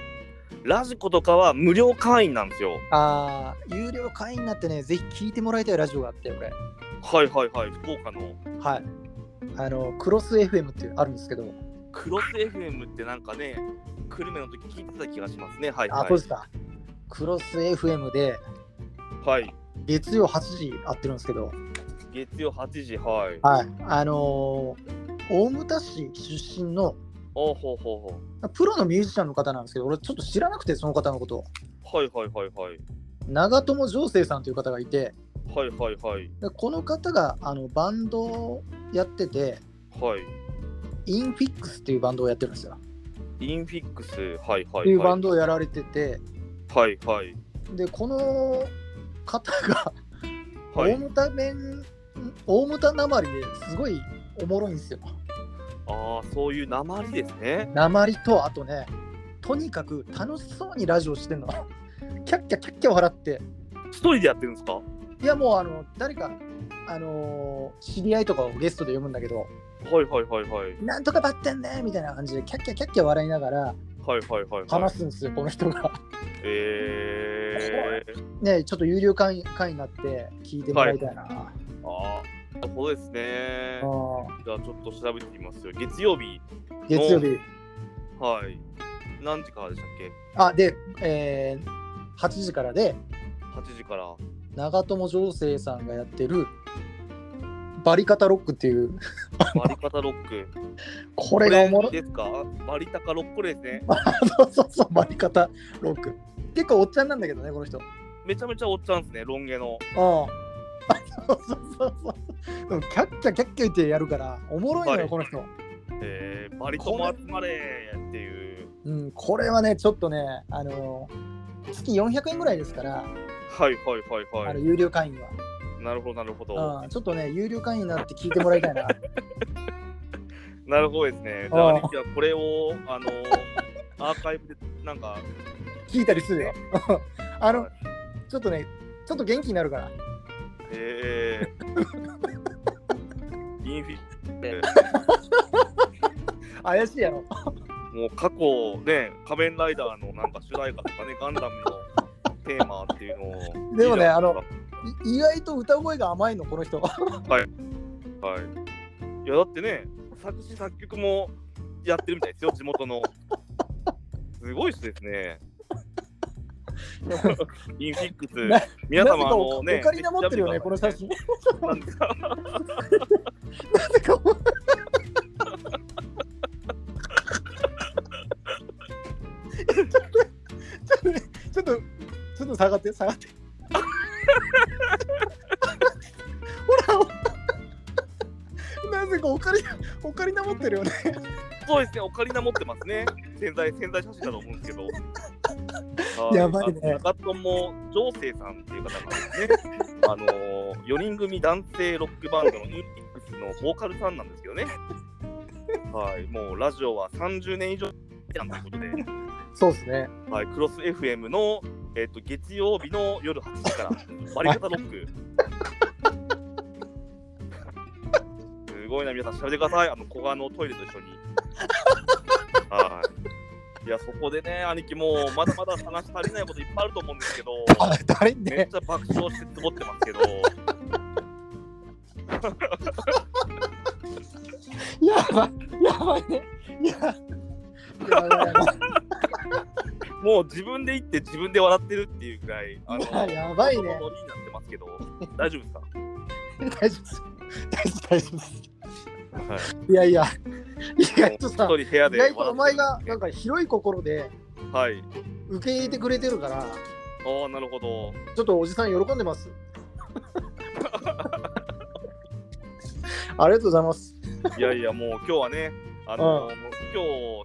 A: ラジコとかは無料会員なんですよ。
B: ああ、有料会員になってね、ぜひ聞いてもらいたいラジオがあって、俺。
A: はいはいはい、福岡の。
B: はい。あの、クロス FM っていうあるんですけど、
A: クロス FM ってなんかね、久留米の時聞いてた気がしますね。はい、
B: あ、
A: はい
B: そう。ですか。クロス FM で、
A: はい。
B: 月曜8時合ってるんですけど、
A: 月曜8時、はい。
B: はい。あのー大牟田市出身の
A: おほうほ
B: プロのミュージシャンの方なんですけど、俺ちょっと知らなくて、その方のことを。
A: うほう。はいはいはいはい。
B: 長友常生さんという方がいて、
A: はいはいはい。
B: でこの方があのバンドをやってて、
A: はい。
B: インフィックスっていうバンドをやってるんですよ。
A: インフィックス、はいは
B: て
A: い
B: いうバ
A: は
B: ン
A: い。
B: ドをやられてて、
A: はいはい。
B: で、この方が
A: は
B: 大
A: い、
B: 牟田弁、大牟田なまりですごいおもろいんですよ。
A: ああ、そういう鉛ですね。
B: なまりと、あとね、とにかく楽しそうにラジオしてんの。キャッキャキャッキャ笑って。
A: 一人でやってるんですかはい
B: や、もうあの、誰か、あのー知り合いとかをゲストで呼ぶんだけど、
A: いはいはいはい。
B: なんとかばってんねみたいな感じで、キャッキャキャッキャ笑いながら
A: はいはいはい、はい。
B: 話すんですよ、この人が。
A: えー、
B: ねちょっと有料会員会員になって聞いてもらいたいな。
A: ああ、なるほどですね。
B: う
A: じゃあちょっと調べてみますよ。月曜日、
B: ん月曜日。
A: はい。何時からでしたっけ
B: あ、で、えー8時からで、
A: ?8 時
B: [laughs]
A: から。
B: 長友情生さんがやってる、バリカタロックっていう、
A: バリカタロック。
B: こ
A: こ
B: れがおもろい。
A: ですかバリタカロックですね。
B: そうそうそう、バリカタロック。結構おっちゃんなんだ [laughs] けどね、この人。
A: めちゃめちゃおっちゃんですね、ロン毛の。
B: ああ。そうそうそうそう。でもキャッキャキャッキャ言ってやるから、おもろいのよ、
A: はい
B: この人。
A: えー、バリ友集まれーっていう。
B: うん、これはね、ちょっとね、あのー月400円ぐらいですから、
A: はいはいはい
B: あ
A: は
B: の有料会員は、
A: い。なるほどなるほど。
B: うん。ちょっとね、有料会員になって聞いてもらいたいな。 [laughs]
A: なるほどですね。じゃあ、
B: うん
A: 兄貴はこれを、あ
B: [laughs]
A: のーアーカイブで、なんか、
B: 聞いたりするよ。 [laughs] あの
A: はい、
B: ちょっとね、ちょっと元気になるから。
A: え
B: [laughs]
A: ー、インフィ、
B: 怪しい
A: [laughs]
B: やろ。
A: もう過去、ね、仮面ライダーのなんか主題歌とかね、ガンダムのテーマっていうのを。
B: でもね
A: いいじゃ
B: あ
A: ないですか
B: のい意外と歌声が甘いの、この人。
A: はい。いや、だってね、作詞作曲もやってるみたいですよ、地元の。すごい人です
B: [laughs]
A: ね。 [laughs] インフィック
B: な
A: ス、 [laughs] 皆様、あ
B: なぜかお
A: のね、
B: オカリナ持ってるよね、この写
A: 作品
B: 真。
A: なんか
B: なぜか [laughs] おちょっと、ちょっと下がって、下 [laughs] がって。ほら、な [laughs] ぜかオカリナ、オカリナ持ってる
A: [laughs]
B: よね。
A: そうですね、オカリナ持ってますね。潜在、潜在写真だと思うんですけど。は
B: やばいね
A: あ中友も、ジョーセイさんっていう方がですね、あのー、4人組男性ロックバンドのインフィックスのボーカルさんなんですけどね。はい、もうラジオは30年以上やんということで。
B: そうですね。
A: はい、クロス FM の、えっと月曜日の夜8時
B: [laughs]
A: から、バリカタロック。すごいな、皆さん、調べてください。あの、小川のトイレと一緒に。はい。いや、そこでね、兄貴もう、まだまだ話し足りないこといっぱいあると思うんですけど、
B: あ誰
A: めっ
B: ね。
A: ちゃ爆笑してつぼってますけど、
B: やばい、やばいね。いや、やばいやばい
A: もう自分で言って自分で笑ってるっていうぐらい、あの、
B: いややばいね
A: そのノリになってますけど、大丈夫ですか
B: 大丈夫です。大丈夫、大丈夫です。
A: はい
B: いやいや、意
A: もう
B: 外と
A: 一
B: さ、
A: 人部屋で笑ってる
B: 意
A: んですね。
B: 外とお前がなんか広い心で
A: はい。
B: 受け入れてくれてるから、
A: ああ、なるほど。
B: ちょっとおじさん喜んで [laughs] ます。ありがとうございます。
A: いやいや、もう今日はね、あの今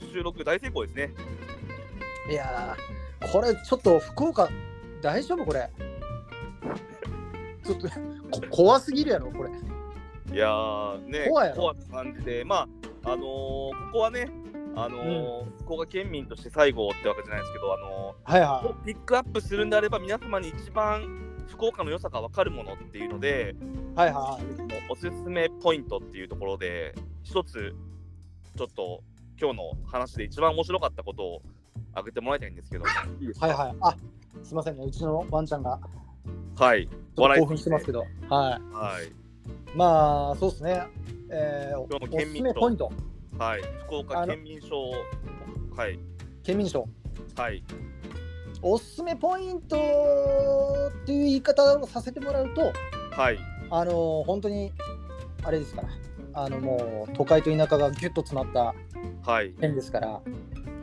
A: 日収録大成功ですね。
B: いやー、これちょっと福岡、大丈夫これ。ちょっとこ怖すぎるやろ、これ。
A: いやー、ね、
B: 怖いやろ
A: な感じで、まあ、あのーここはね、あのー福岡県民として最後ってわけじゃないですけど、あの
B: はい
A: ー
B: は
A: ピックアップするんであれば、皆様に一番福岡の良さが分かるものっていうので、
B: い。はいはい。
A: おすすめポイントっていうところで、一つ、ちょっと今日の話で一番面白かったことを挙げてもらいたいんですけど、いいですか
B: はいはい。あすいませんね、うちのワンちゃんが
A: はい、
B: ちょっと興奮してますけど。はい。
A: はい。
B: まあそうですね。えー、お
A: 今日も
B: お
A: 県
B: すす
A: 民
B: め
A: と
B: ポイント、
A: はい、福岡
B: あの
A: 県民賞はい、
B: 県民賞。
A: はい、
B: おすすめポイントっていう言い方をさせてもらうと、
A: はい、
B: あの本当にあれですから、あのもう都会と田舎がぎゅっと詰まった
A: はい、
B: 県ですから、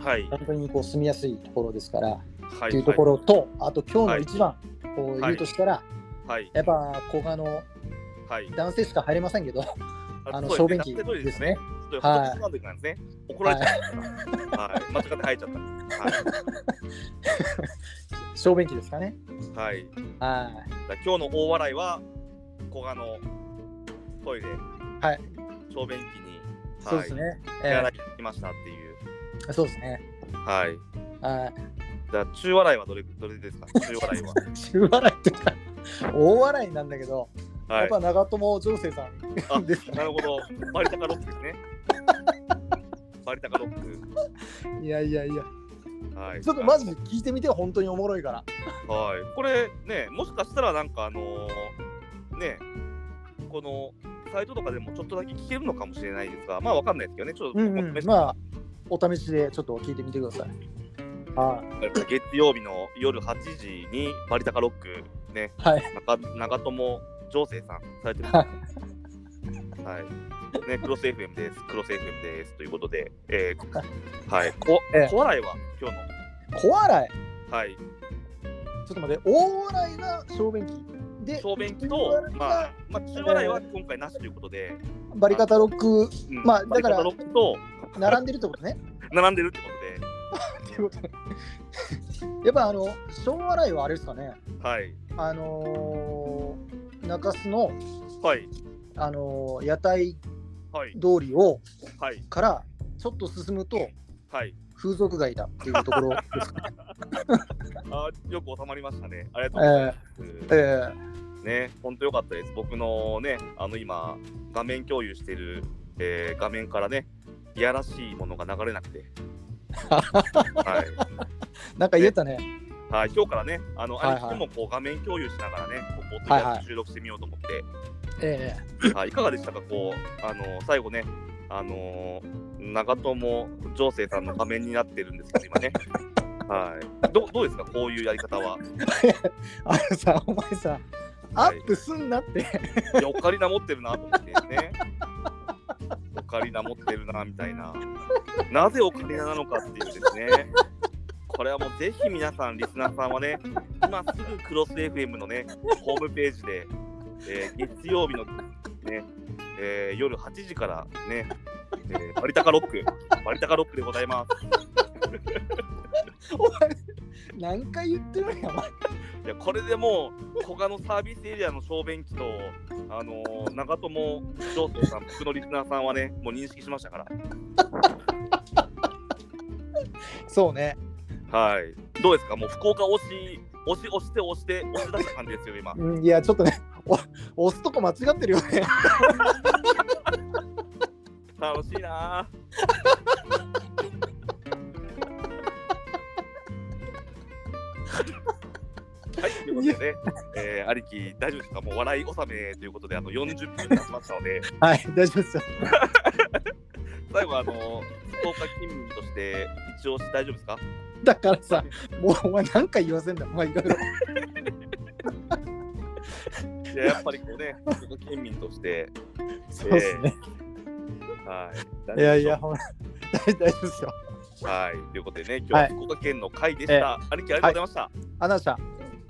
A: はい、
B: 本当にこう住みやすいところですから、
A: は
B: ってい
A: いう
B: ところと、あと今日の一番、こう
A: はい
B: 言うとしたら、
A: はい、
B: やっぱ古賀の
A: はい、
B: 男性しか入れませんけど、あの
A: そう
B: 小
A: です
B: 便
A: ね男
B: 器
A: 性トイレ
B: ですね。
A: ということで、なんでなんですね。怒られちゃった。はい、間違って入っちゃった。
B: 小便器ですかね。
A: はい、はい、
B: は
A: だから今日の大笑いは古賀のトイレ、
B: はい、
A: 小便器
B: い。
A: に、
B: そうです
A: い、
B: ね。え
A: 手洗いに行きましたっていう。
B: えそうですね。
A: はい。
B: はい。 [laughs]
A: じゃあ中笑いはどれどれですか？中笑いは。
B: 中笑いっていうか、大笑いなんだけど、
A: は
B: [laughs] やっ
A: い。
B: ぱ長友女性さん [laughs]
A: あ
B: ですね
A: なるほど。バリタカロックですね。バリタカロッ
B: いやいやいや、
A: ク。はい。
B: ちょっとマジで聞いてみてよ、本当におもろいから。
A: はい、これね、もしかしたらなんかあのーね、このサイトとかでもちょっとだけ聞けるのかもしれないですが、まあわかんないですけどね、ちょっと、
B: うんうん、
A: ま
B: まあ、お試しでちょっと聞いてみてください。はい
A: 月曜日の夜8時にバリタカロック、ね、
B: はい
A: 中長友情勢さん、サイトで
B: は
A: はい。ね、クロス FM です、クロス FM ですということで、えー、はい、こ
B: ええ
A: 小笑いは今日の、
B: 小笑い、
A: はい、
B: ちょっと待って、大笑いが小便器で、
A: 小便器
B: 小
A: と
B: 笑、いが
A: まあ、まあ、中笑いは今回なしということで、
B: バリカタロック
A: うん
B: まあだから
A: バリカタロックと、
B: 並んでるってことね。 [laughs]
A: 並んでるってこと
B: ってことねやっぱあの、小笑いはあれですかね、
A: で、はい、
B: あのー中洲の、
A: はい、
B: あのー屋台
A: はい、
B: 通りを
A: はい、
B: からちょっと進むと、
A: はい。
B: 風俗街だっていうところですかね。
A: あーよく収まりましたね。ありがとうござい
B: え
A: ます。
B: ーえ
A: ね、本当良かったです。僕のね、あの今、画面共有してる、えー画面からね、いやらしいものが流れなく
B: [laughs]
A: て。は
B: ーなんか言えたね。
A: い、はい、今日からね、あの、
B: はいはい
A: あれもこう画面共有しながらね、こうポッドキ
B: はいはい
A: ャスト収録してみようと思って、
B: え
A: はい、いかがでしたか、こう、あの最後ね、あのー長友情勢さんの画面になってるんですけど、今ね。はい、どうどうですか、こういうやり方は。
B: えあのさ、お前さ、アップすんなって。
A: いや、オカリナ持ってるなと思ってね。オカリナ持ってるなみたいな。なぜオカリナなのかっていうですね。これはもうぜひ皆さん、リスナーさんはね、今すぐクロス FM のね、ホームページで、えー月曜日のね、えー夜8時からね、えーバリタカロック、バリタカロックでございます。
B: お前、何回言ってるんや、お前。
A: いや、これでもう、他のサービスエリアの小便器と、あのー長友上等さん、僕のリスナーさんはね、もう認識しましたから。
B: そうね。
A: はい。どうですかもう福岡押し、押し、押して、押して、押し出した感じですよ、
B: [laughs]
A: 今。
B: うんいや、ちょっとね、お押すとこ間違ってるよね。
A: 楽
B: [laughs]
A: しいなぁ。はい、ということでね、えー、兄貴、大丈夫ですかもう笑い納めということで、あの、40分経ちましたので、
B: はい、大丈夫ですよ。
A: 最後、あの、福岡勤務として、一応して大丈夫ですか
B: だからさ、もうお前何回言わせんだよ、お前いろいろ。
A: いや、やっぱりこうね、福岡県民として、
B: そうですね。
A: はい。
B: いやいや、ほん大丈夫ですよ。
A: はい、ということでね、今日は福岡県の会でした。兄貴、ありがとうございまし
B: アナさ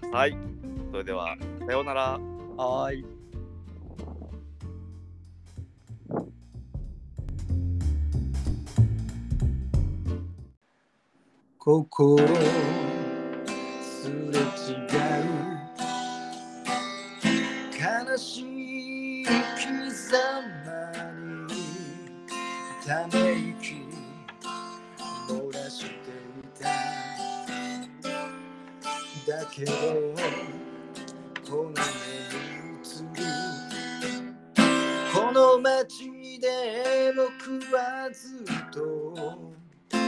A: た。はい、それでは、さようなら。
B: ん。はーい。ここすれ違う悲しい刻まにため息漏らしていただけどこの目に映るこの街で僕はずっと生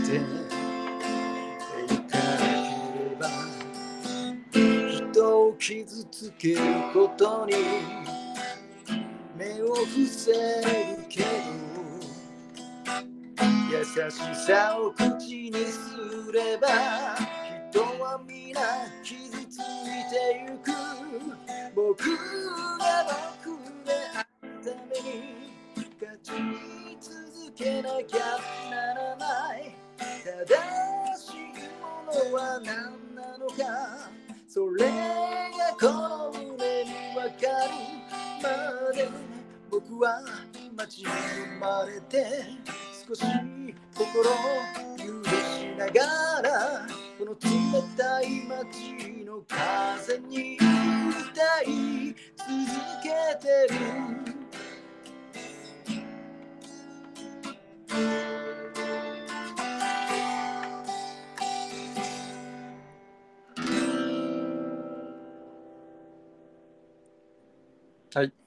B: きていかなければ人を傷つけることに目を伏せるけど優しさを口にすれば人は皆傷ついてゆく僕が僕であるために勝ち続けなきゃならない正しいものは何なのかそれがこの胸にわかるまで僕はま町に生まれて少し心揺らしながらこの冷たい街の風に歌い続けてるはい